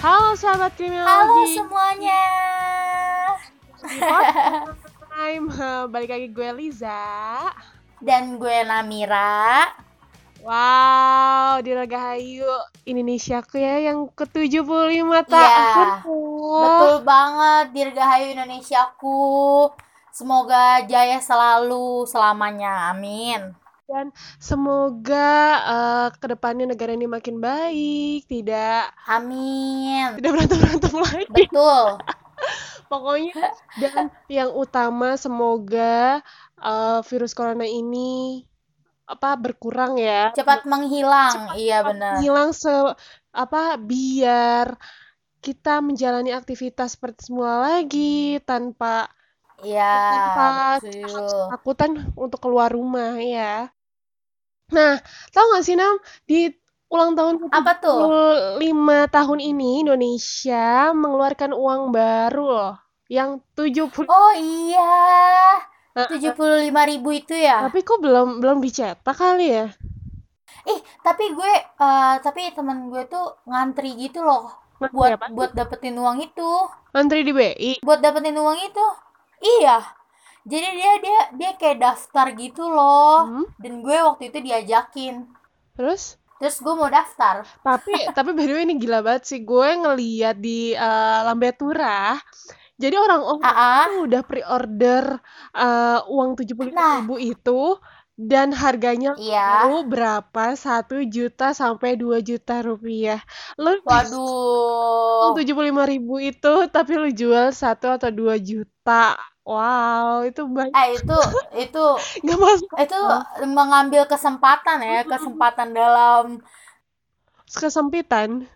sahabat Halo kriminologi. semuanya. Di podcast Time. Balik lagi gue Liza. Dan gue Namira. Wow, di Rahayu Indonesia ku ya yang ke-75 tahun. Iya, Oh. Betul banget Dirgahayu Indonesiaku. Semoga jaya selalu selamanya. Amin. Semoga eh, kedepannya negara ini makin baik, tidak Amin. tidak berantem-berantem lagi. Betul. Pokoknya dan yang utama semoga eh, virus corona ini apa berkurang ya. Cepat menghilang. Iya benar. hilang se apa biar kita menjalani aktivitas seperti semula lagi tanpa Iya. Tanpa- Betul. takutan untuk keluar rumah ya. Nah, tahu nggak sih Nam di ulang tahun Apa tuh? 75 tahun ini Indonesia mengeluarkan uang baru loh yang 70 Oh iya. Heeh. 75.000 itu ya. tapi kok belum belum dicetak kali ya? Ih, tapi gue eh, tapi temen gue tuh ngantri gitu loh Ngantri buat Iya, apa? buat dapetin uang itu. Antri di BI. buat dapetin uang itu iya jadi dia dia dia kayak daftar gitu loh Hmm, dan gue waktu itu diajakin Terus terus gue mau daftar tapi tapi by the way ini gila banget sih gue ngeliat di eh, Lambe Turah. Jadi orang-orang aa aku udah pre-order eh, uang tujuh puluh Ah. Nah. itu dan harganya iya baru berapa? 1 juta sampai 2 juta rupiah. Lu waduh tujuh puluh itu tapi lu jual 1 atau 2 juta. Wow, itu banyak eh itu itu nggak masuk itu mengambil kesempatan ya kesempatan dalam kesempitan.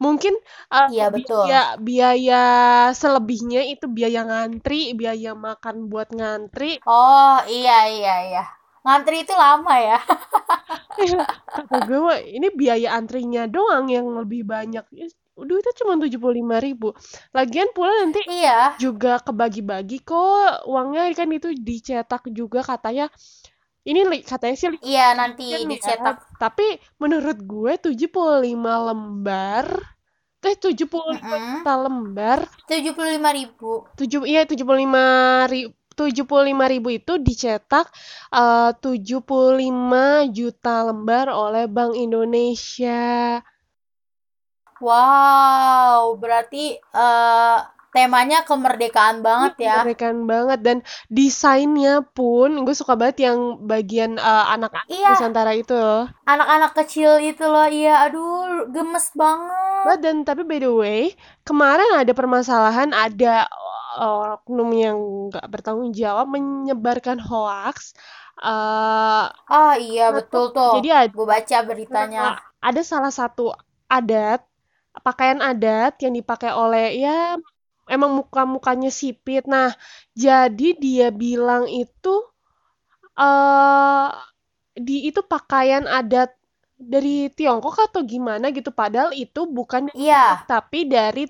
Mungkin eh, Iya, betul. biaya biaya selebihnya itu biaya ngantri, biaya makan buat ngantri, oh iya iya iya ngantri itu lama ya Kata gue "Wah, ini biaya antrinya doang yang lebih banyak. Ih, Duitnya cuma 75.000 ribu. Lagian pula nanti iya juga kebagi-bagi kok uangnya kan itu dicetak juga katanya. Ini li- katanya sih li- iya nanti kan ya. dicetak Tapi menurut gue 75 lembar eh 75 mm lembar, tujuh puluh lima ribu 7 iya 75 ribu 75 ribu itu dicetak eh, 75 juta lembar oleh Bank Indonesia. Wow, berarti eh, temanya kemerdekaan banget ya. Kemerdekaan banget dan desainnya pun gue suka banget yang bagian eh, anak-anak Iya. Nusantara itu loh. Anak-anak kecil itu loh, iya. Aduh, gemes banget. Bah, Nah, Dan tapi by the way, kemarin ada permasalahan ada eh, oknum yang nggak bertanggung jawab menyebarkan hoax. eh Ah, iya betul tuh. Jadi ada Gue baca beritanya. ada salah satu adat pakaian adat yang dipakai oleh ya emang muka-mukanya sipit. Nah, jadi dia bilang itu eh di itu pakaian adat dari Tiongkok atau gimana gitu padahal itu bukan Iya, tapi dari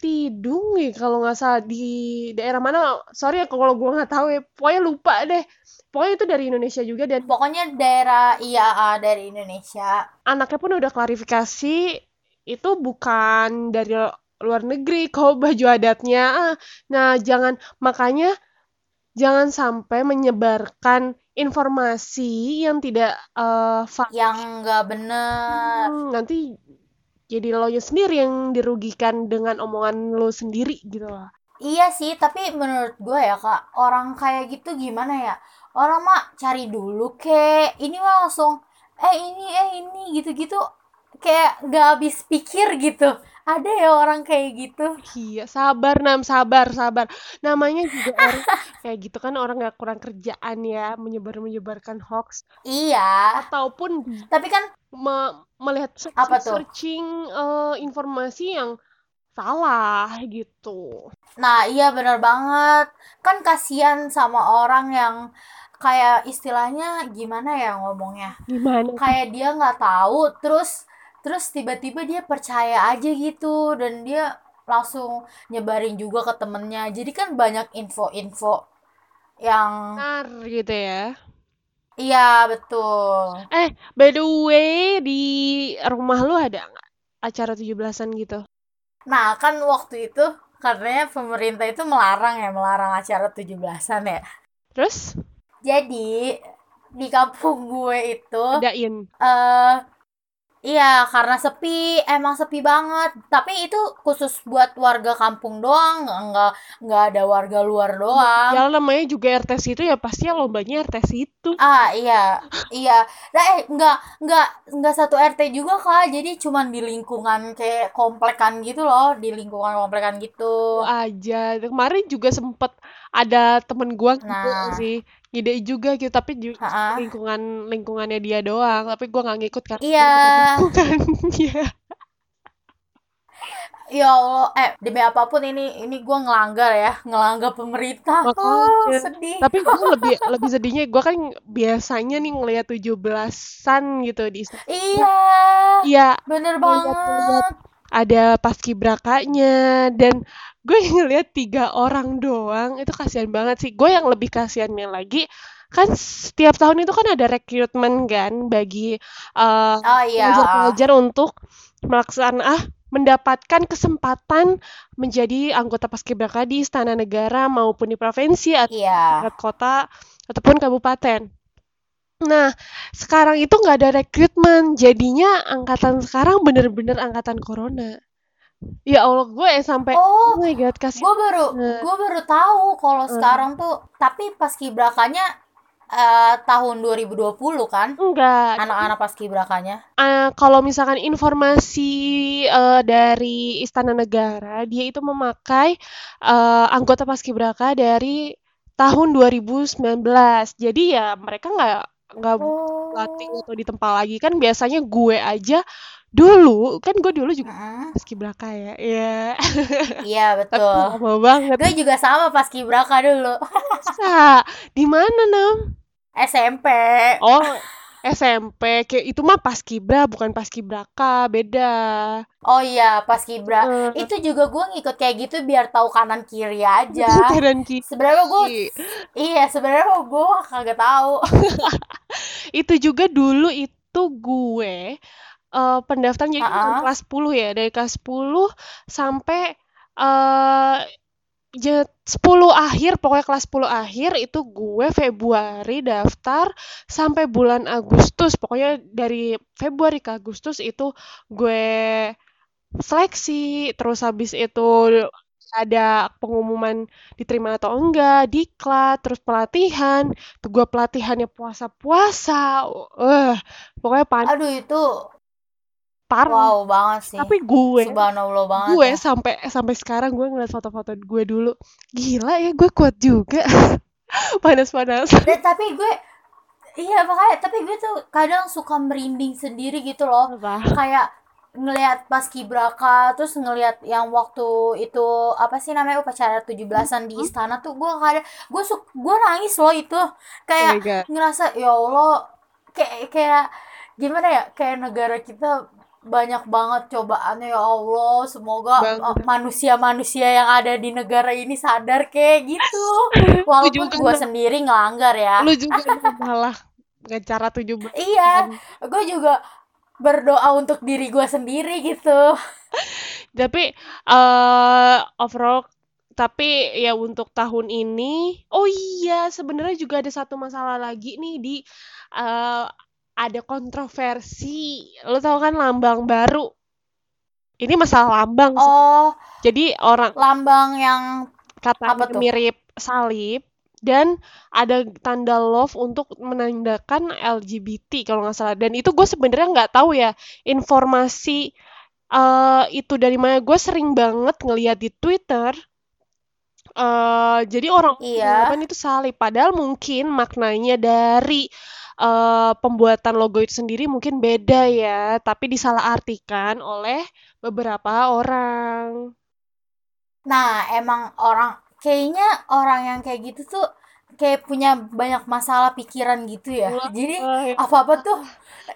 Tidung ya kalau nggak salah di daerah mana sorry ya kalau gue nggak tahu ya pokoknya lupa deh pokoknya itu dari Indonesia juga dan pokoknya daerah iya ah, dari Indonesia. anaknya pun udah klarifikasi itu bukan dari luar negeri kok baju adatnya Ah, nah jangan makanya jangan sampai menyebarkan informasi yang tidak eh, fak- Yang nggak bener. nanti jadi lo sendiri yang dirugikan dengan omongan lo sendiri gitu loh Iya sih, tapi menurut gue ya kak, orang kayak gitu gimana ya? Orang mah cari dulu kek, ini mah langsung, eh ini, eh ini, gitu-gitu. Kayak gak habis pikir gitu. Ada ya orang kayak gitu. Iya, sabar Nam, sabar, sabar. Namanya juga orang kayak gitu kan orang nggak kurang kerjaan ya, menyebar-menyebarkan hoax Iya, ataupun di- tapi kan me- melihat se- Apa tuh? searching eh, informasi yang salah gitu. Nah, iya bener banget. Kan kasihan sama orang yang kayak istilahnya gimana ya ngomongnya. Gimana? Kayak dia nggak tahu, terus terus tiba-tiba dia percaya aja gitu dan dia langsung nyebarin juga ke temennya. Jadi kan banyak info-info yang Benar gitu ya. iya betul. Eh, by the way, di rumah lu ada nggak acara 17-an gitu? Nah, kan waktu itu karena pemerintah itu melarang ya, melarang acara 17-an ya. Terus Jadi, di kampung gue itu adain. eh iya karena sepi emang sepi banget tapi itu khusus buat warga kampung doang nggak nggak ada warga luar doang Ya namanya juga RTS itu ya pasti lombanya RTS itu. ah iya iya nah eh nggak nggak nggak satu rt juga kak jadi cuman di lingkungan kayak komplekan gitu loh di lingkungan komplekan gitu aja kemarin juga sempet ada temen gua gitu Nah. sih ngide juga gitu tapi ju- Ha-ha. lingkungan lingkungannya dia doang tapi gua nggak ngikut karena gua Iya. bukan lingkungannya. ya allah eh demi apapun ini ini gua ngelanggar ya ngelanggar pemerintah oh Makanya. sedih tapi gua lebih lebih sedihnya gua kan biasanya nih ngeliat 17-an gitu di iya iya bener ngeliat- banget ngeliat ada paskibrakanya dan gue ngeliat tiga orang doang itu kasihan banget sih gue yang lebih kasihannya lagi kan setiap tahun itu kan ada rekrutmen kan bagi eh, Oh iya. pelajar-pelajar untuk melaksanakan ah mendapatkan kesempatan menjadi anggota paskibraka di istana negara maupun di provinsi atau Iya. tingkat kota ataupun kabupaten. Nah, sekarang itu nggak ada rekrutmen, jadinya angkatan sekarang bener-bener angkatan corona. Ya Allah, gue ya sampai Oh, oh my god kasih gue baru banget. gue baru tahu kalau Hmm. sekarang tuh tapi paskibrakanya eh, tahun 2020 kan enggak. anak-anak paskibrakanya. Eh, kalau misalkan informasi eh, dari Istana Negara, dia itu memakai eh, anggota paskibraka dari tahun 2019. Jadi ya mereka nggak nggak Oh. latih atau ditempa lagi kan biasanya gue aja dulu kan gue dulu juga Mm-mm. paskibraka ya. Iya. Iya Tapi betul. lama banget. Gue juga sama paskibraka dulu Masa? Di mana, Nam? SMP. Oh, SMP. Kayak itu mah paskibra, bukan paskibraka, beda. Oh iya paskibra. Eh, Itu juga gue ngikut kayak gitu biar tahu kanan kiri aja. kanan kiri. Sebenarnya gue iya sebenarnya gue kagak tahu. Itu juga dulu itu gue eh, pendaftaran jadi kan Ha-ha. kelas 10 ya, dari kelas 10 sampai eh je- 10 akhir, pokoknya kelas 10 akhir itu gue Februari daftar sampai bulan Agustus. Pokoknya dari Februari ke Agustus itu gue seleksi, terus habis itu ada pengumuman diterima atau enggak, diklat, terus pelatihan, tuh gue pelatihannya puasa-puasa, eh pokoknya panas Aduh itu parah. wow banget sih. Tapi gue, Subhanallah banget gue ya. sampai sampai sekarang gue ngeliat foto-foto gue dulu, gila ya gue kuat juga, panas-panas. Dan Eh, tapi gue iya makanya tapi gue tuh kadang suka merinding sendiri gitu loh. Kayak ngelihat paskibraka terus ngelihat yang waktu itu apa sih namanya upacara 17-an di istana tuh gue kadang gue su- gue nangis loh itu. Oh my Kayak God. ngerasa ya Allah kayak kayak gimana ya kayak negara kita banyak banget cobaannya ya Allah semoga Banget. uh, manusia-manusia yang ada di negara ini sadar kayak gitu walaupun juga, gue Nam. sendiri ngelanggar ya Lu juga Nam, malah ngacara 17 iya gue juga berdoa untuk diri gue sendiri gitu Tapi eh overall tapi ya untuk tahun ini oh iya sebenarnya juga ada satu masalah lagi nih di eh, ada kontroversi. Lo tau kan lambang baru. Ini masalah lambang. sih. oh Jadi orang lambang yang katanya Apa tuh? mirip salib dan ada tanda love untuk menandakan LGBT kalau nggak salah. Dan itu gue sebenarnya nggak tahu ya informasi eh, itu dari mana. Gue sering banget ngeliat di Twitter. eh, jadi orang Iya. mengatakan itu salib, padahal mungkin maknanya dari eh, pembuatan logo itu sendiri mungkin beda ya, tapi disalahartikan oleh beberapa orang. nah emang orang kayaknya orang yang kayak gitu tuh kayak punya banyak masalah pikiran gitu ya Wah, jadi eh, apa apa tuh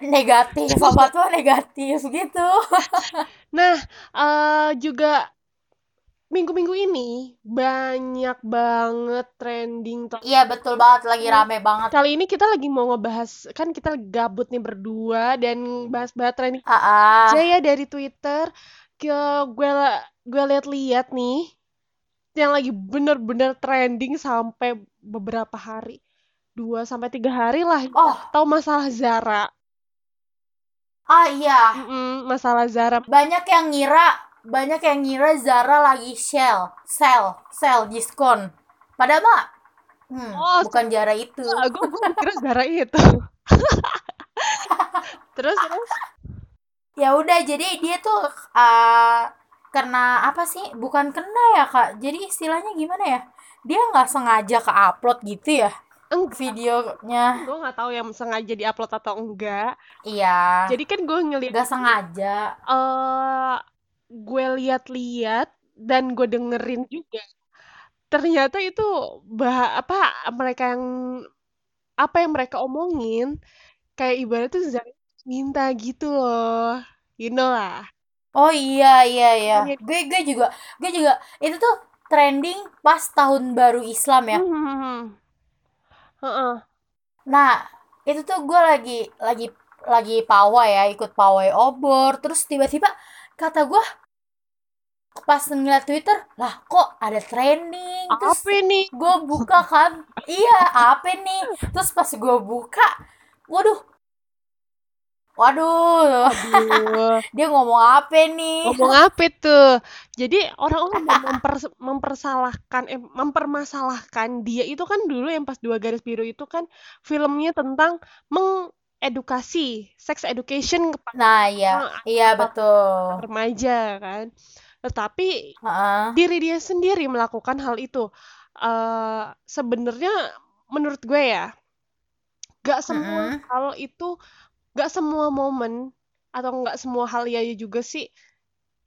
negatif apa tuh negatif gitu Nah, eh juga minggu-minggu ini banyak banget trending topik. iya betul banget lagi rame banget Kali ini kita lagi mau ngebahas, kan kita gabut nih berdua dan bahas-bahas trending ah, ah. aja ya dari Twitter. ke gue la- gue lihat-lihat nih yang lagi bener-bener trending sampai beberapa hari. Dua sampai tiga hari lah. Oh. Tahu masalah Zara. Ah iya, Mm-mm, masalah Zara. banyak yang ngira, banyak yang ngira Zara lagi sell, sell, sell diskon. Padahal mah hmm, Oh, bukan Zara itu. Wah, gue gue kira Zara itu. terus terus Ya udah, jadi dia tuh eh, kena apa sih? Bukan kena ya, Kak. Jadi istilahnya gimana ya? Dia nggak sengaja ke-upload gitu ya enggak videonya. gue nggak tahu yang sengaja diupload atau enggak. Iya. Jadi kan gue ngeliat nggak sengaja. eh gue lihat-lihat dan gue dengerin juga. Ternyata itu bah apa mereka yang apa yang mereka omongin kayak ibarat tuh Zara minta gitu loh. You know lah. Oh iya iya iya. Iya. Gue gue juga gue juga itu tuh trending pas tahun baru Islam ya. Hmm. Heeh. Nah, itu tuh gue lagi lagi lagi pawai ya, ikut pawai obor. Terus tiba-tiba kata gue pas ngeliat Twitter, lah kok ada trending. Terus Apa nih? gue buka kan, iya apa nih? Terus pas gue buka, waduh, waduh, Aduh. dia ngomong apa nih? Ngomong apa tuh? Jadi orang-orang mau memper- mempersalahkan, eh, mempermasalahkan dia itu kan dulu yang pas dua garis biru itu kan filmnya tentang mengedukasi, sex education kepada Nah, iya, iya betul. remaja kan. Tetapi Heeh. diri dia sendiri melakukan hal itu. Eh Sebenarnya menurut gue ya, gak semua Mm-mm. hal itu, gak semua momen atau gak semua hal ya juga sih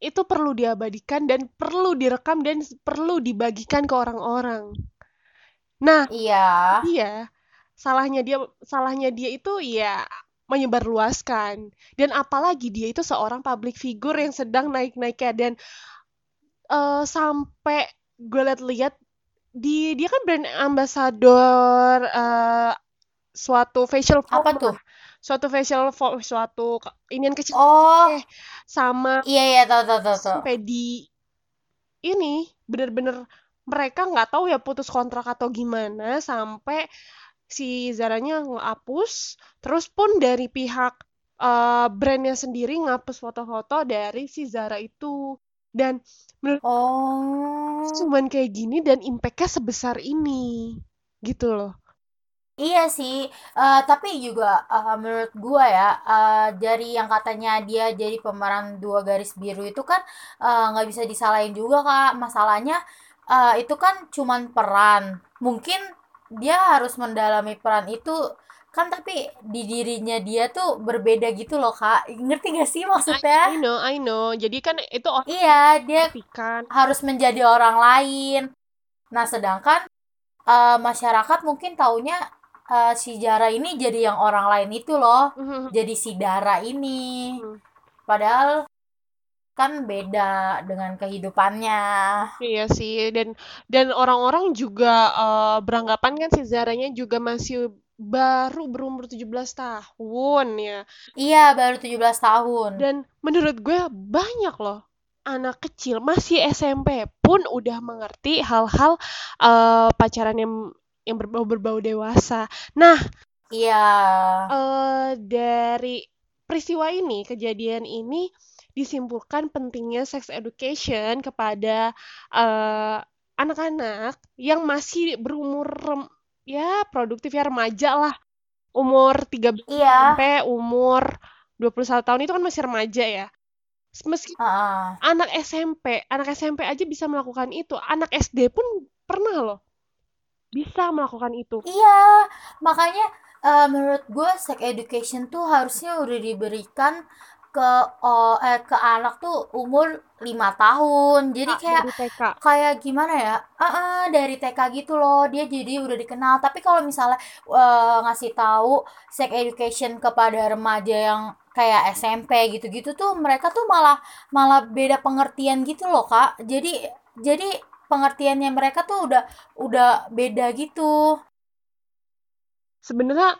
itu perlu diabadikan dan perlu direkam dan perlu dibagikan ke orang-orang. Nah, Iya. dia salahnya dia salahnya dia itu ya menyebarluaskan dan apalagi dia itu seorang public figure yang sedang naik-naiknya dan eh, sampai gue lihat-lihat di dia kan brand ambassador eh, suatu facial foam Apa tuh? suatu facial foam suatu ke- inian kecil Oh, Eh, sama iya iya tahu tahu tahu tahu. sampai di ini bener-bener mereka nggak tahu ya putus kontrak atau gimana sampai si Zaranya ngehapus terus pun dari pihak eh, brandnya sendiri ngapus foto-foto dari si Zara itu dan Oh. cuman kayak gini dan impactnya sebesar ini gitu loh Iya sih, eh, tapi juga eh, menurut gua ya eh, dari yang katanya dia jadi pemeran dua garis biru itu kan eh, nggak bisa disalahin juga kak. Masalahnya eh, itu kan cuman peran. Mungkin dia harus mendalami peran itu kan tapi di dirinya dia tuh berbeda gitu loh kak. Ngerti gak sih I, I maksudnya? know I know jadi kan itu orang Iya dia ngerti kan harus menjadi orang lain. Nah, sedangkan eh, masyarakat mungkin taunya eh, si Dara ini jadi yang orang lain itu loh, jadi si Dara ini. Hmm. Padahal kan beda dengan kehidupannya. Iya sih, dan dan orang-orang juga eh, beranggapan kan si Zaranya juga masih baru berumur 17 tahun ya. Iya, baru 17 tahun. Dan menurut gue banyak loh anak kecil masih SMP pun udah mengerti hal-hal eh, pacaran yang yang berbau berbau dewasa. Nah, Iya. eh, dari peristiwa ini, kejadian ini disimpulkan pentingnya sex education kepada eh, anak-anak yang masih berumur rem- ya produktif ya remaja lah. Umur 13 Iya. sampai umur 21 tahun itu kan masih remaja ya. Meski Heeh. anak SMP, anak SMP aja bisa melakukan itu. Anak SD pun pernah loh bisa melakukan itu. Iya, makanya eh, menurut gue sex education tuh harusnya udah diberikan ke o- eh, ke anak tuh umur 5 tahun. Jadi Kak, iya. kayak dari TK. kayak gimana ya Ah, ah, dari TK gitu loh dia jadi udah dikenal tapi kalau misalnya eh, ngasih tahu sex education kepada remaja yang kayak SMP gitu-gitu tuh mereka tuh malah malah beda pengertian gitu loh kak jadi jadi pengertiannya mereka tuh udah udah beda gitu Sebenarnya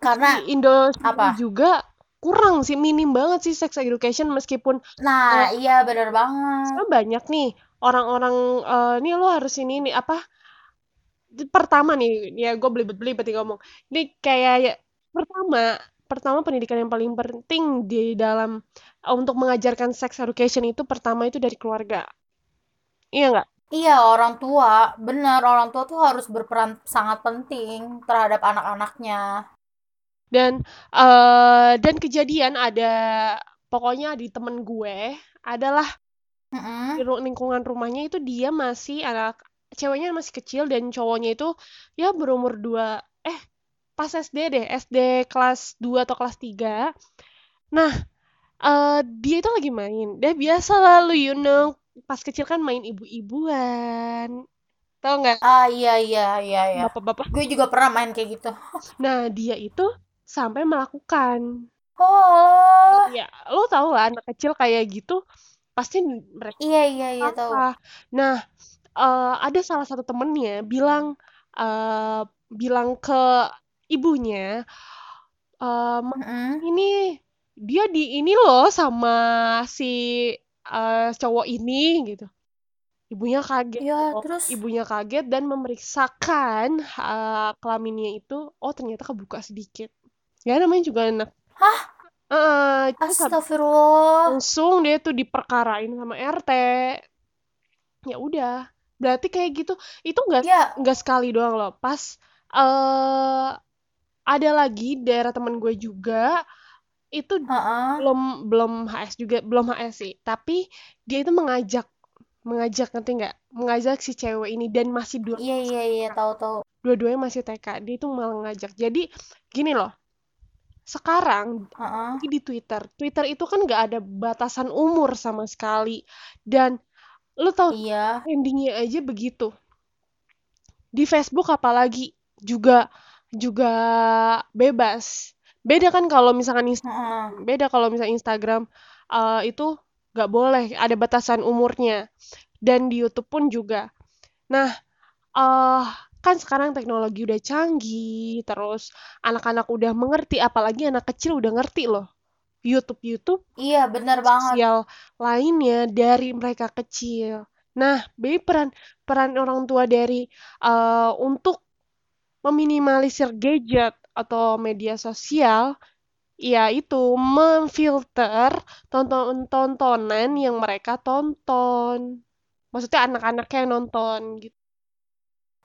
karena di Indo sendiri Nah, apa? juga kurang sih minim banget sih sex education meskipun Nah, iya bener banget. sekarang banyak nih orang-orang eh, nih lo harus ini nih apa pertama nih ya gue beli beli berarti ngomong ini kayak ya- pertama pertama pendidikan yang paling penting di dalam eh, untuk mengajarkan sex education itu pertama itu dari keluarga iya nggak Iya, orang tua. Bener, orang tua tuh harus berperan sangat penting terhadap anak-anaknya. dan eh, dan kejadian ada pokoknya di temen gue adalah di Mm-mm. ru- lingkungan rumahnya itu dia masih anak ceweknya masih kecil dan cowoknya itu ya berumur 2 eh pas SD deh SD kelas 2 atau kelas 3 nah eh, dia itu lagi main dia biasa lalu you know pas kecil kan main ibu-ibuan tau nggak Ah, iya, iya, iya, iya. bapak-bapak Gue juga pernah main kayak gitu. nah dia itu sampai melakukan Oh, ya lo tau lah anak kecil kayak gitu pasti mereka iya, iya, iya, tahu. salah. Nah, eh, ada salah satu temennya bilang eh, bilang ke ibunya, eh, "Ma, Mm-mm. ini dia di ini loh sama si eh, cowok ini gitu. Ibunya kaget, Ya, loh. terus. ibunya kaget dan memeriksakan eh, kelaminnya itu, oh ternyata kebuka sedikit. Ya namanya juga anak. Hah? Eh, terus kan habis Astagfirullah. langsung dia tuh diperkarain sama RT ya udah berarti kayak gitu itu enggak Ya, nggak sekali doang loh pas eh ada lagi di daerah teman gue juga itu heeh. belum belum HS juga belum HS sih tapi dia itu mengajak mengajak nanti nggak mengajak si cewek ini dan masih dua Iya, iya, iya, tahu, tahu. dua-duanya masih TK dia itu malah ngajak jadi gini loh sekarang Heeh. di Twitter Twitter itu kan nggak ada batasan umur sama sekali dan lu tahu Iya. trendingnya aja begitu di Facebook apalagi juga juga bebas. Beda kan kalau misalkan Inst- Heeh. beda kalau misalkan Instagram eh, itu nggak boleh ada batasan umurnya dan di YouTube pun juga. Nah, eh kan sekarang teknologi udah canggih, terus anak-anak udah mengerti, apalagi anak kecil udah ngerti loh. YouTube-YouTube Iya, bener banget. sosial lainnya dari mereka kecil. Nah, jadi peran peran orang tua dari eh, untuk meminimalisir gadget atau media sosial, yaitu memfilter tonton-tontonan yang mereka tonton. Maksudnya anak-anak yang nonton gitu.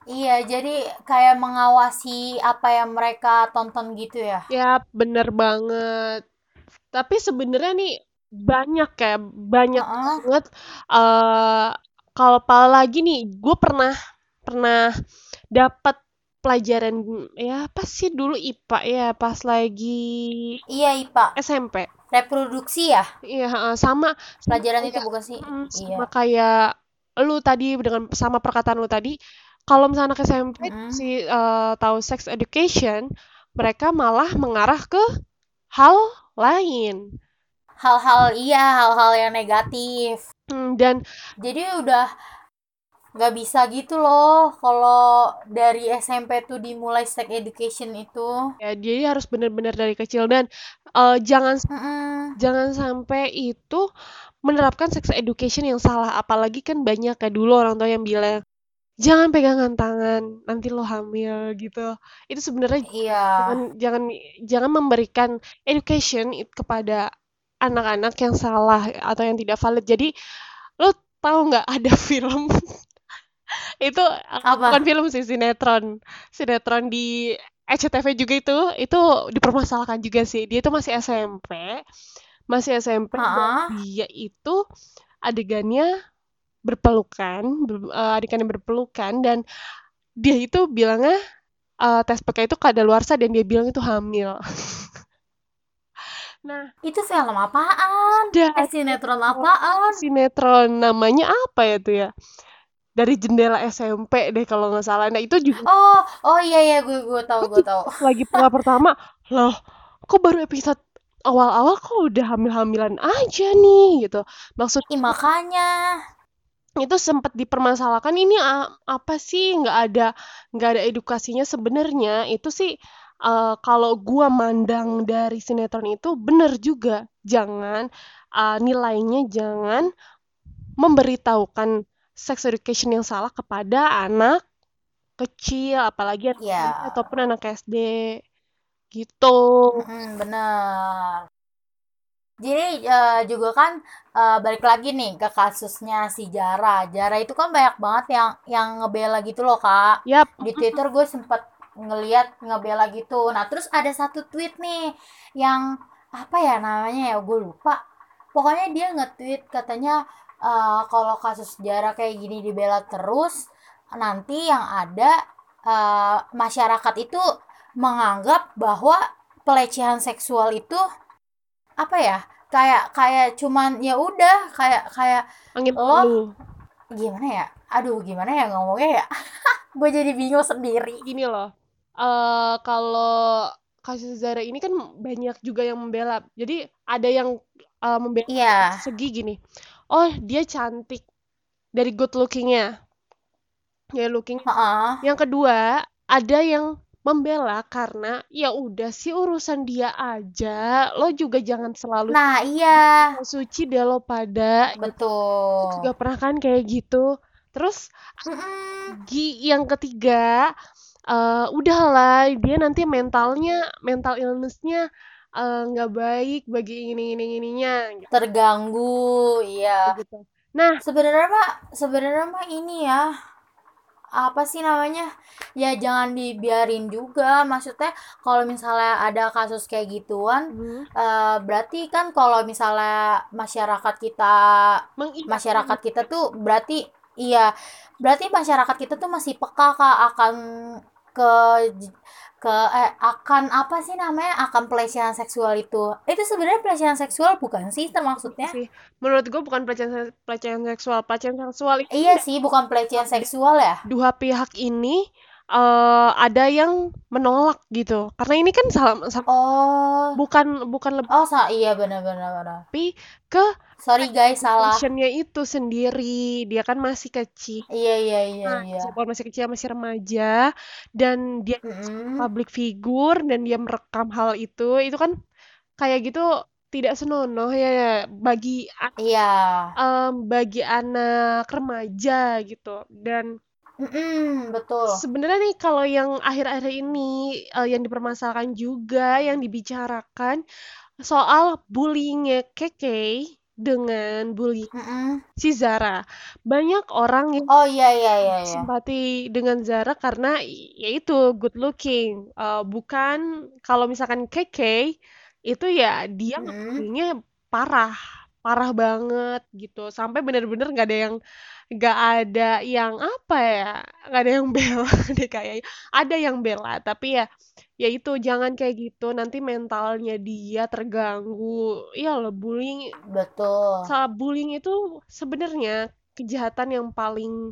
Iya, jadi kayak mengawasi apa yang mereka tonton gitu ya. Ya, bener banget. Tapi sebenarnya nih banyak ya, banyak Heeh. banget. eh kalau apalagi nih, gue pernah pernah dapat pelajaran ya apa sih dulu IPA ya pas lagi Iya, IPA. SMP. Reproduksi ya? Iya, heeh, sama sama Pelajaran itu kayak bukan sih? mm, Iya. sama kayak lu tadi dengan sama perkataan lu tadi, kalau misalnya anak SMP si Mm-mm. eh, tahu sex education, mereka malah mengarah ke hal lain. Hal-hal iya, hal-hal yang negatif. Mm, Dan Jadi udah nggak bisa gitu loh kalau dari SMP tuh dimulai sex education itu. ya jadi harus benar-benar dari kecil dan eh, jangan Mm-mm. jangan sampai itu menerapkan sex education yang salah. Apalagi kan banyak ya dulu orang tua yang bilang jangan pegangan tangan, nanti lo hamil gitu. Itu sebenarnya Iya. jangan jangan jangan memberikan education it- kepada anak-anak yang salah atau yang tidak valid. Jadi lo tahu nggak ada film itu eh, bukan Apa? film sih sinetron sinetron di E SCTV juga itu itu dipermasalahkan juga sih dia itu masih SMP masih SMP dan Heeh. dia itu adegannya berpelukan ber- eh, adegannya berpelukan dan dia itu bilangnya eh, tes PK itu kadaluarsa dan dia bilang itu hamil nah Itu film apaan? Eh, dan sinetron apaan? sinetron namanya apa ya tuh ya dari jendela SMP deh kalau nggak salah nah itu juga Oh, oh iya iya gue gue tahu gue juga gue tahu. pas lagi pula pertama loh kok baru episode awal-awal kok udah hamil-hamilan aja nih gitu maksud Ih, makanya. itu sempat dipermasalahkan ini a- apa sih nggak ada nggak ada edukasinya sebenarnya itu sih eh, kalau gua mandang dari sinetron itu bener juga jangan eh, nilainya jangan memberitahukan sex education yang salah kepada anak kecil apalagi anak Iya. SMP ataupun anak SD gitu Mm, bener. Jadi eh, juga kan eh, balik lagi nih ke kasusnya si Jara. Jara itu kan banyak banget yang yang ngebela gitu loh kak. Yap, Di Twitter gue sempet ngeliat ngebela gitu. Nah terus ada satu tweet nih yang apa ya namanya ya gue lupa. Pokoknya dia nge-tweet katanya eh, kalau kasus Jara kayak gini dibela terus nanti yang ada eh, masyarakat itu menganggap bahwa pelecehan seksual itu apa ya kayak kayak cuman ya udah kayak kayak angin Lo- lu gimana ya aduh gimana ya ngomongnya ya gue jadi bingung sendiri gini loh. eh kalau kasus Zara ini kan banyak juga yang membela. Jadi ada yang eh, membela iya segi gini. Oh, dia cantik dari good lookingnya. Ya looking. heeh. Yang kedua, ada yang membela karena ya udah sih urusan dia aja. Lo juga jangan selalu nah iya suci deh lo pada. Juga betul pernah kan kayak gitu. Terus Mm-mm. Gi yang ketiga eh, udahlah dia nanti mentalnya mental illness-nya eh, nggak baik bagi ini ini ininya gitu, terganggu iya gitu. Nah, sebenarnya mah sebenarnya mah ini ya apa sih namanya ya jangan dibiarin juga maksudnya kalau misalnya ada kasus kayak gituan Hmm. Eh, berarti kan kalau misalnya masyarakat kita mengikat masyarakat kita tuh berarti iya berarti masyarakat kita tuh masih peka Kak, akan ke ke eh, akan apa sih namanya akan pelecehan seksual itu itu sebenarnya pelecehan seksual bukan sih termaksudnya sih. Menurut gue bukan pelecehan pelecehan seksual, pelecehan seksual itu iya sih bukan pelecehan seksual ya dua pihak ini eh, ada yang menolak gitu. Karena ini kan salah sama- oh bukan bukan lebih oh sa iya benar-benar benar. ke sorry guys salah passionnya itu sendiri. Dia kan masih kecil. iya iya iya Nah, iya siapa masih kecil masih remaja dan dia Mm-mm. public figure dan dia merekam hal itu itu kan kayak gitu tidak senonoh ya ya, bagi a- iya em, bagi anak remaja gitu dan Mm-mm, betul sebenarnya nih kalau yang akhir-akhir ini eh, yang dipermasalahkan juga yang dibicarakan soal bullyingnya Keke dengan bullying Mm-mm. si Zara banyak orang yang Oh iya iya iya iya. simpati dengan Zara karena i- yaitu good looking. Eh, bukan kalau misalkan KK itu ya dia Mm. ngelakuinnya parah, parah banget gitu. Sampai bener-bener nggak ada yang nggak ada yang apa ya, nggak ada yang bela deh kayaknya. Ada yang bela tapi ya ya itu jangan kayak gitu nanti mentalnya dia terganggu. Iya loh bullying Betul. Sa- bullying itu sebenarnya kejahatan yang paling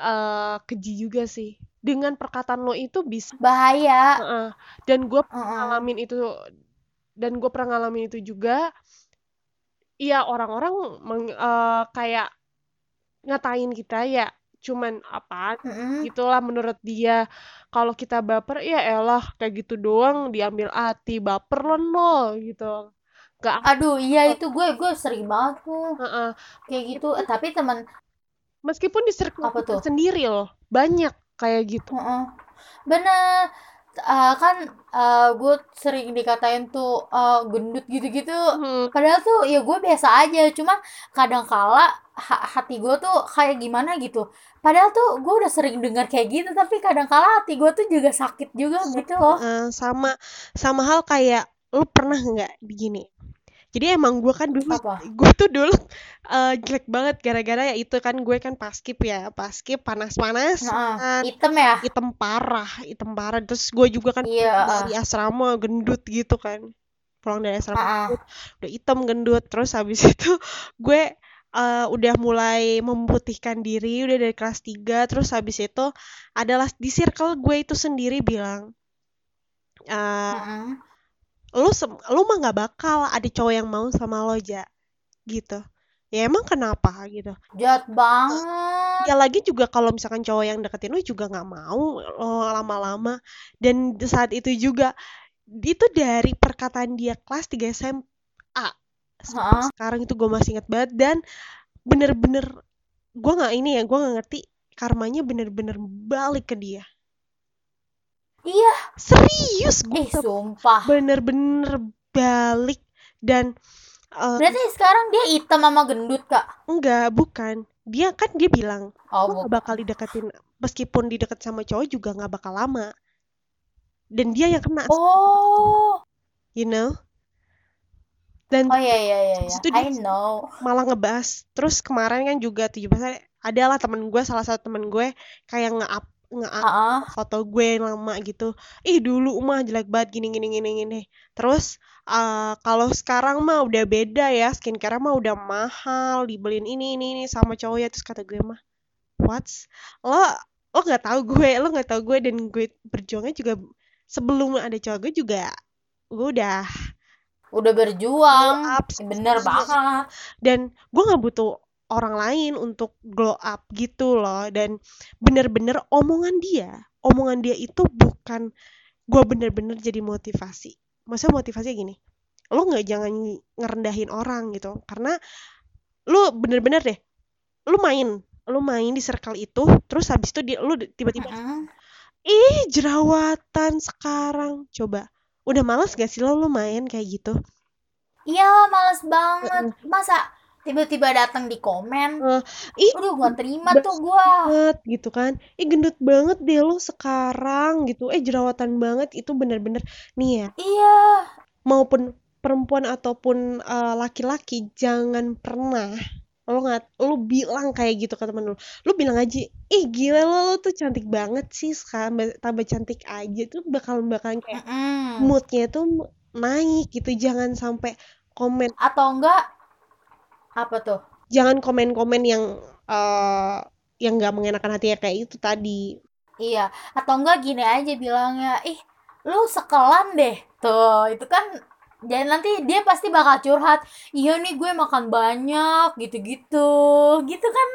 eh, keji juga sih. Dengan perkataan lo itu bisa. Bahaya. Heeh. Dan gue Mm-mm. ngalamin itu dan gue pernah ngalamin itu juga. Iya orang-orang meng- eh, kayak ngatain kita ya cuman apa Mm-mm. gitulah menurut dia kalau kita baper ya elah kayak gitu doang diambil hati baper lo no gitu gak Aduh, iya itu gue gue sering banget tuh heeh. kayak gitu. Eh, tapi teman meskipun di circle apa kita tuh? sendiri loh banyak kayak gitu Heeh. Bener. Eh, kan eh, gue sering dikatain tuh eh, gendut gitu-gitu. Hmm, Padahal tuh ya gue biasa aja, cuman kadang kala hati gue tuh kayak gimana gitu. Padahal tuh gue udah sering dengar kayak gitu, tapi kadang kala hati gue tuh juga sakit juga gitu loh. Eh, sama sama hal kayak lu pernah nggak begini jadi emang gue kan dulu Apa? gue tuh dulu eh, jelek banget gara-gara ya itu kan gue kan paskip ya paskip panas-panas Heeh. Iya. Item ya? hitam parah hitam parah terus gue juga kan Iya. dari asrama gendut gitu kan pulang dari asrama Heeh. gendut, udah hitam gendut terus habis itu gue eh, udah mulai memutihkan diri udah dari kelas 3 terus habis itu adalah di circle gue itu sendiri bilang Iya. eh, Heeh. lu sem- lu mah nggak bakal ada cowok yang mau sama lo ja gitu ya emang kenapa gitu Jahat banget. ya lagi juga kalau misalkan cowok yang deketin lu juga nggak mau lo lama-lama dan saat itu juga itu dari perkataan dia kelas 3 SMA Heeh. sekarang itu gue masih ingat banget dan bener-bener gue nggak ini ya gue nggak ngerti karmanya bener-bener balik ke dia Iya. serius gue Eh, sumpah. bener-bener balik dan eh, Berarti sekarang dia hitam sama gendut, Kak. enggak bukan dia kan dia bilang Oh, gue bu- gak bakal dideketin meskipun didekat sama cowok juga nggak bakal lama dan dia yang kena Oh. you know dan Oh iya iya iya. iya. Habis itu dia- I know. malah ngebahas terus kemarin kan juga tujuh belas adalah temen gue salah satu temen gue kayak nge-up nge-up Heeh. foto gue yang lama gitu ih dulu mah jelek banget gini gini gini gini terus eh, kalau sekarang mah udah beda ya skincare mah udah mahal dibeliin ini ini ini sama cowok ya terus kata gue mah what's lo lo nggak tahu gue lo nggak tahu gue dan gue berjuangnya juga sebelum ada cowok gue juga gue udah Udah berjuang. Glow up. Iya. Bener banget. dan gue nggak butuh orang lain untuk glow up gitu loh dan bener-bener omongan dia omongan dia itu bukan gue bener-bener jadi motivasi maksudnya motivasinya gini lo nggak jangan ngerendahin orang gitu karena lo bener-bener deh lo main lo main di circle itu terus habis itu dia lo tiba-tiba Heeh. ih jerawatan sekarang coba udah males gak sih lo lo main kayak gitu Iya, males banget. Masa tiba-tiba datang di komen. Eh, ih, Udah gua terima ba- tuh gua. banget gitu kan ih gendut banget deh lo sekarang gitu eh jerawatan banget itu bener-bener nih ya Iya. maupun perempuan ataupun eh, laki-laki jangan pernah lo nggak lo bilang kayak gitu ke temen lo lo bilang aja ih gila lo, lo tuh cantik banget sih sekarang ba- tambah cantik aja tuh bakal bakalan kayak Mm-mm. moodnya tuh naik gitu jangan sampai komen Atau enggak apa tuh? jangan komen-komen yang eh, yang nggak mengenakan hatinya kayak itu tadi Iya, atau enggak gini aja bilangnya, ih lu sekelan deh. Tuh, itu kan dan nanti dia pasti bakal curhat. Iya nih gue makan banyak gitu-gitu. Gitu kan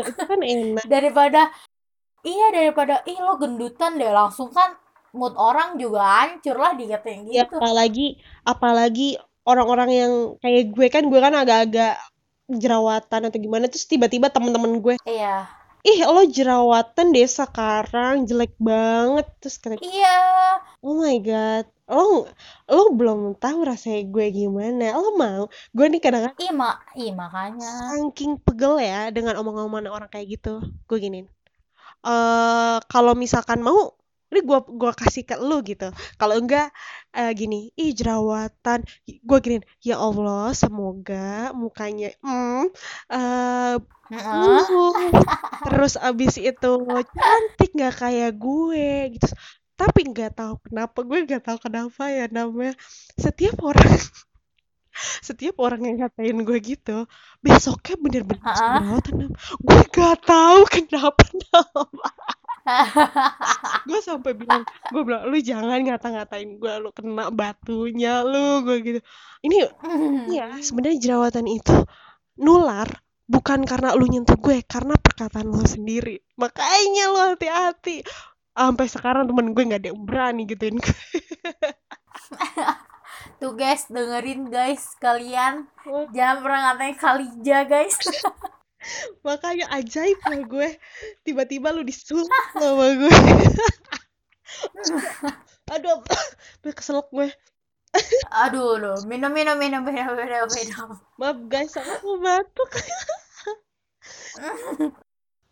Eh, itu kan enak daripada iya daripada ih lo gendutan deh langsung kan mood orang juga hancur lah dikatain Ya, gitu. apalagi apalagi orang-orang yang kayak gue kan gue kan agak-agak jerawatan atau gimana terus tiba-tiba temen-temen gue Iya. ih lo jerawatan deh sekarang jelek banget terus kata gue, Iya. oh my god lo lo belum tahu rasanya gue gimana lo mau gue nih kadang-kadang Ih, ma ih makanya. saking pegel ya dengan omong-omongan orang kayak gitu gue giniin eh kalau misalkan mau ini gue gua kasih ke lu gitu kalau enggak eh, gini ih jerawatan gue giniin ya allah semoga mukanya mm, eh, Heeh. lurus. terus abis itu cantik nggak kayak gue gitu tapi nggak tahu kenapa gue nggak tahu kenapa ya namanya setiap orang setiap orang yang ngatain gue gitu besoknya bener-bener Ah, ah. jerawatan Nam. gue nggak tahu kenapa Nam. gue sampai bilang gue bilang lu jangan ngata-ngatain gue lu kena batunya lu gue gitu ini Iya, sebenarnya jerawatan itu nular bukan karena lu nyentuh gue, karena perkataan lu sendiri. Makanya lu hati-hati. Sampai sekarang temen gue nggak ada yang berani gituin gue. Tuh guys, dengerin guys kalian. Jangan pernah ngatain Kalija, guys. Makanya ajaib lah gue. Tiba-tiba lu disulap sama gue. Aduh, gue keselak gue. Aduh, loh. Minum, minum, minum, minum, minum, minum. Maaf guys, aku mau batuk.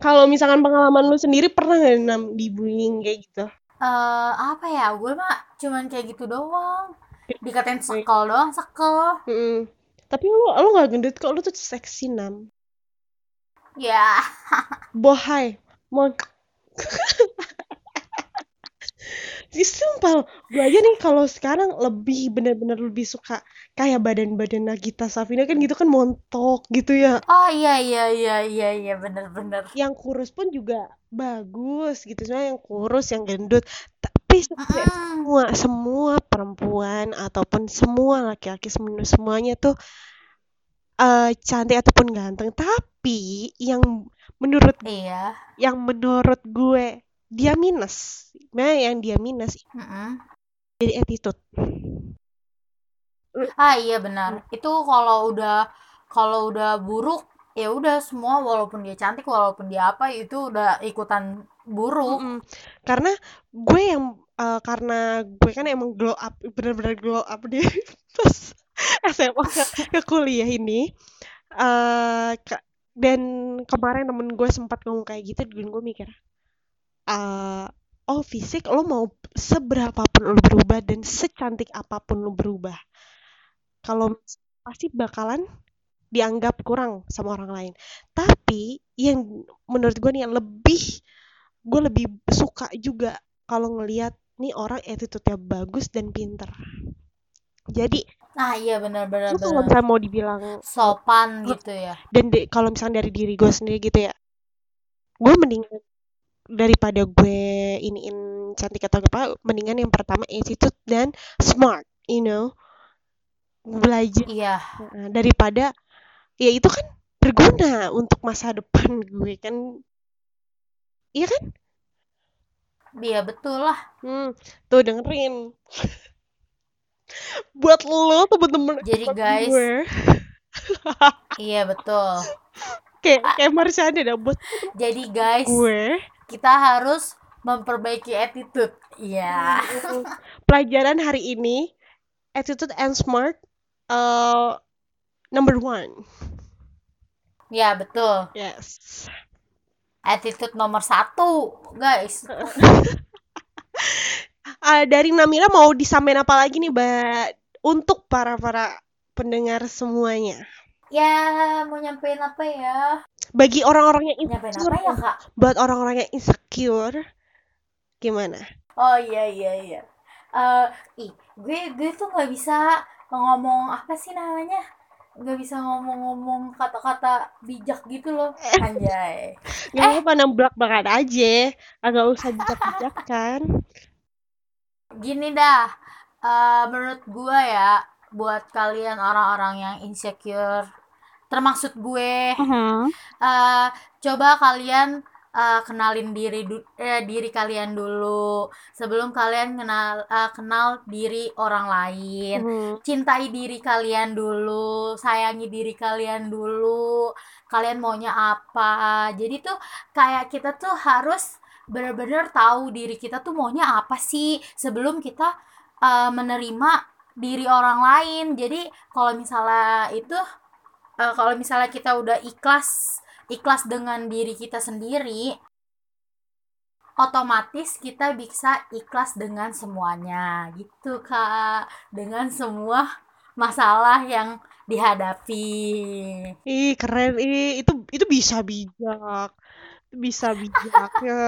Kalau misalkan pengalaman lu sendiri pernah nggak Nam, dibullying kayak gitu? Eh, apa ya? Gue mah cuman kayak gitu doang. Dikatain sekel doang, sekel. Mm-mm. Tapi lu lu nggak gendut kok, lu tuh seksi nam. Ya. Bohai, mon. Ih, Sumpah, gue aja nih kalau sekarang lebih bener-bener lebih suka kayak badan-badan Nagita Slavina kan gitu kan montok gitu ya. Oh iya, iya, iya, iya, iya. Bener, bener. Yang kurus pun juga bagus gitu, cuma yang kurus, yang gendut. Tapi se- Mm. semua semua perempuan ataupun semua laki-laki semua semuanya tuh eh eh, cantik ataupun ganteng, tapi yang menurut Iya. yang menurut gue dia minus, nah yang dia minus Mm-mm. jadi attitude. Ah iya benar. Itu kalau udah kalau udah buruk ya udah semua walaupun dia cantik walaupun dia apa itu udah ikutan buruk. Mm-mm. Karena gue yang eh, karena gue kan emang glow up bener-bener glow up deh pas SMA ke, ke kuliah ini Eh, ke- dan kemarin temen gue sempat ngomong kayak gitu dan gue mikir eh, oh fisik lo mau seberapa pun lo berubah dan secantik apapun lo berubah kalau pasti bakalan dianggap kurang sama orang lain tapi yang menurut gue nih yang lebih gue lebih suka juga kalau ngelihat nih orang attitude-nya bagus dan pinter. Jadi Nah, iya lu benar-benar kalau benar. misalnya mau dibilang Sopan gitu ya. dan di- kalau misalnya dari diri gue sendiri gitu ya, gue mendingan daripada gue iniin cantik atau apa, mendingan yang pertama attitude dan smart, you know, belajar Iya. Nah, daripada ya itu kan berguna untuk masa depan gue kan, iya kan? Iya betul lah. Hmm, tuh dengerin. Buat lo temen-temen Jadi, angkatan guys, gue, Iya betul. kayak ah. kayak Marsyanda dah buat Jadi guys, gue kita harus memperbaiki attitude. Iya. Hmm, pelajaran hari ini attitude and smart uh, number one Iya betul. yes Attitude nomor satu, guys. Ah, dari Namila mau disamain apa lagi nih mbak untuk para para pendengar semuanya Ya, mau nyampein apa ya? bagi orang-orang yang Nyampein insecure apa ya, Kak? buat orang-orang yang insecure gimana Oh iya iya iya. Eh, ih, gue gue tuh nggak bisa ngomong apa sih namanya? Nggak bisa ngomong-ngomong kata-kata bijak gitu loh. Anjay. Ya apa namblak banget aja, agak usah bijak-bijak kan. Gini dah. eh, menurut gue ya, buat kalian orang-orang yang insecure, termasuk gue, eh coba kalian eh, kenalin diri du- eh, diri kalian dulu sebelum kalian kenal eh, kenal diri orang lain. Hmm. cintai diri kalian dulu, sayangi diri kalian dulu, kalian maunya apa. Jadi tuh kayak kita tuh harus bener-bener tahu diri kita tuh maunya apa sih sebelum kita eh, menerima diri orang lain. Jadi kalau misalnya itu eh, kalau misalnya kita udah ikhlas ikhlas dengan diri kita sendiri otomatis kita bisa ikhlas dengan semuanya gitu kak dengan semua masalah yang dihadapi Ih, keren. Ih, itu itu bisa bijak. Bisa bijak ya.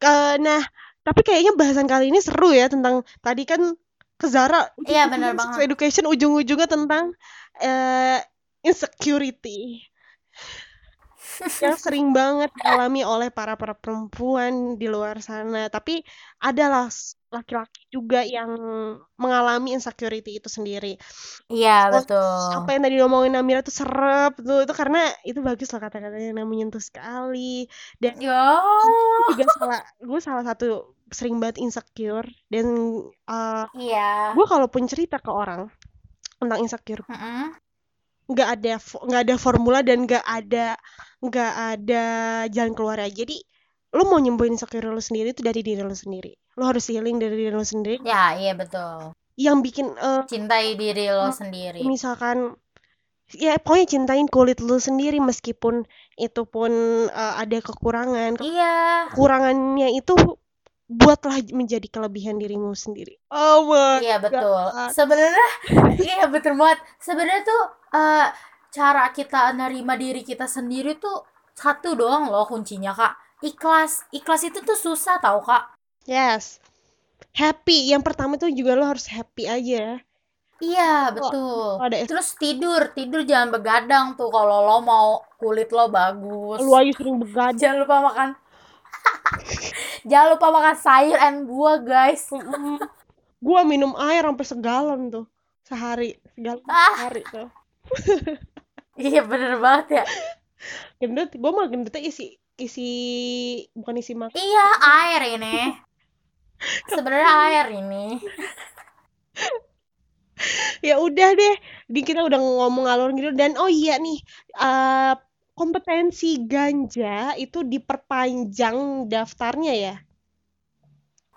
Ke- nah, tapi kayaknya bahasan kali ini seru ya tentang tadi kan ke Zara Iya, benar sex banget. education ujung-ujungnya tentang eh, insecurity yang sering banget dialami oleh para para perempuan di luar sana. Tapi adalah s- laki-laki juga yang mengalami insecurity itu sendiri. iya Terus betul Apa yang tadi ngomongin Namira tuh serep tuh itu karena itu bagus loh kata-katanya yang menyentuh sekali. yo Juga salah, gue salah satu sering banget insecure dan eh, iya gue kalaupun cerita ke orang tentang insecure Mm-mm. nggak ada fo- nggak ada formula dan nggak ada nggak ada jalan keluarnya jadi lo mau nyembuhin insecure lo sendiri itu dari diri lo sendiri lo harus healing dari diri lo sendiri ya iya betul yang bikin eh, cintai diri lo Hmm. sendiri Iya. misalkan ya pokoknya cintain kulit lo sendiri meskipun itu pun eh, ada kekurangan iya kekurangannya itu buatlah menjadi kelebihan dirimu sendiri oh my Iya betul. God. Sebenarnya iya betul banget. Sebenarnya tuh eh, cara kita nerima diri kita sendiri tuh satu doang loh kuncinya kak. Ikhlas, ikhlas itu tuh susah tau kak. yes happy yang pertama tuh juga lo harus happy aja Oh, Iya betul. ada Terus tidur, tidur jangan begadang tuh kalau lo mau kulit lo bagus. lu aja sering begadang Jangan lupa makan. jangan lupa makan sayur and buah guys. Mm-mm. gua minum air sampai segalon tuh sehari segalon Ah. sehari tuh Iya bener banget ya. gendut gue mah gendutnya isi isi bukan isi makan Iya air ini. Sebenarnya air ini. ya udah deh di kita udah ngomong alur gitu dan oh iya nih eh, kompetensi ganja itu diperpanjang daftarnya ya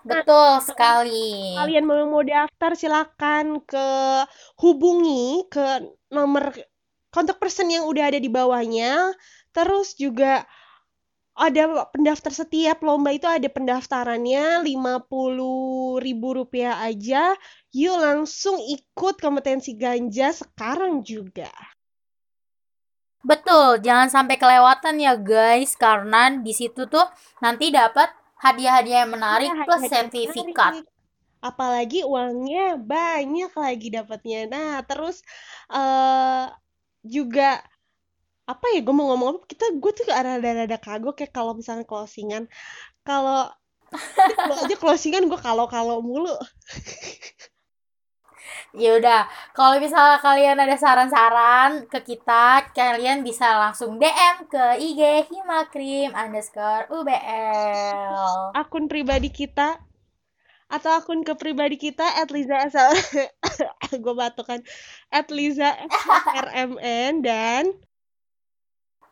Betul sekali. kalian mau mau daftar silakan ke hubungi ke nomor kontak person yang udah ada di bawahnya terus juga ada pendaftar setiap lomba itu ada pendaftarannya 50.000 rupiah aja yuk langsung ikut kompetensi ganja sekarang juga Betul, jangan sampai kelewatan ya guys karena di situ tuh nanti dapat hadiah-hadiah yang menarik Iya, plus hadiah sertifikat. menarik. Apalagi uangnya banyak lagi dapatnya. Nah, terus eh juga apa ya gue mau ngomong apa kita gue tuh rada-rada kagok ya kalau misalnya closingan kalau lo aja closingan gue kalau kalau mulu Ya udah, kalau misalnya kalian ada saran-saran ke kita, kalian bisa langsung DM ke IG Himakrim underscore UBL. akun pribadi kita atau akun ke pribadi kita at Liza gue batukan kan. at Liza RMN dan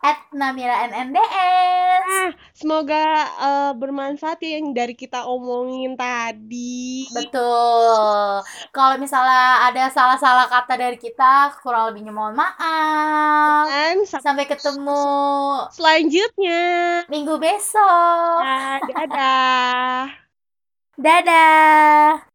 At Namira NNDS. Nah, semoga eh, bermanfaat ya yang dari kita omongin tadi. Betul. Kalau misalnya ada salah-salah kata dari kita, kurang lebihnya mohon maaf. Dan sampai Sampai ketemu selanjutnya. minggu besok. Nah, dadah. Dadah.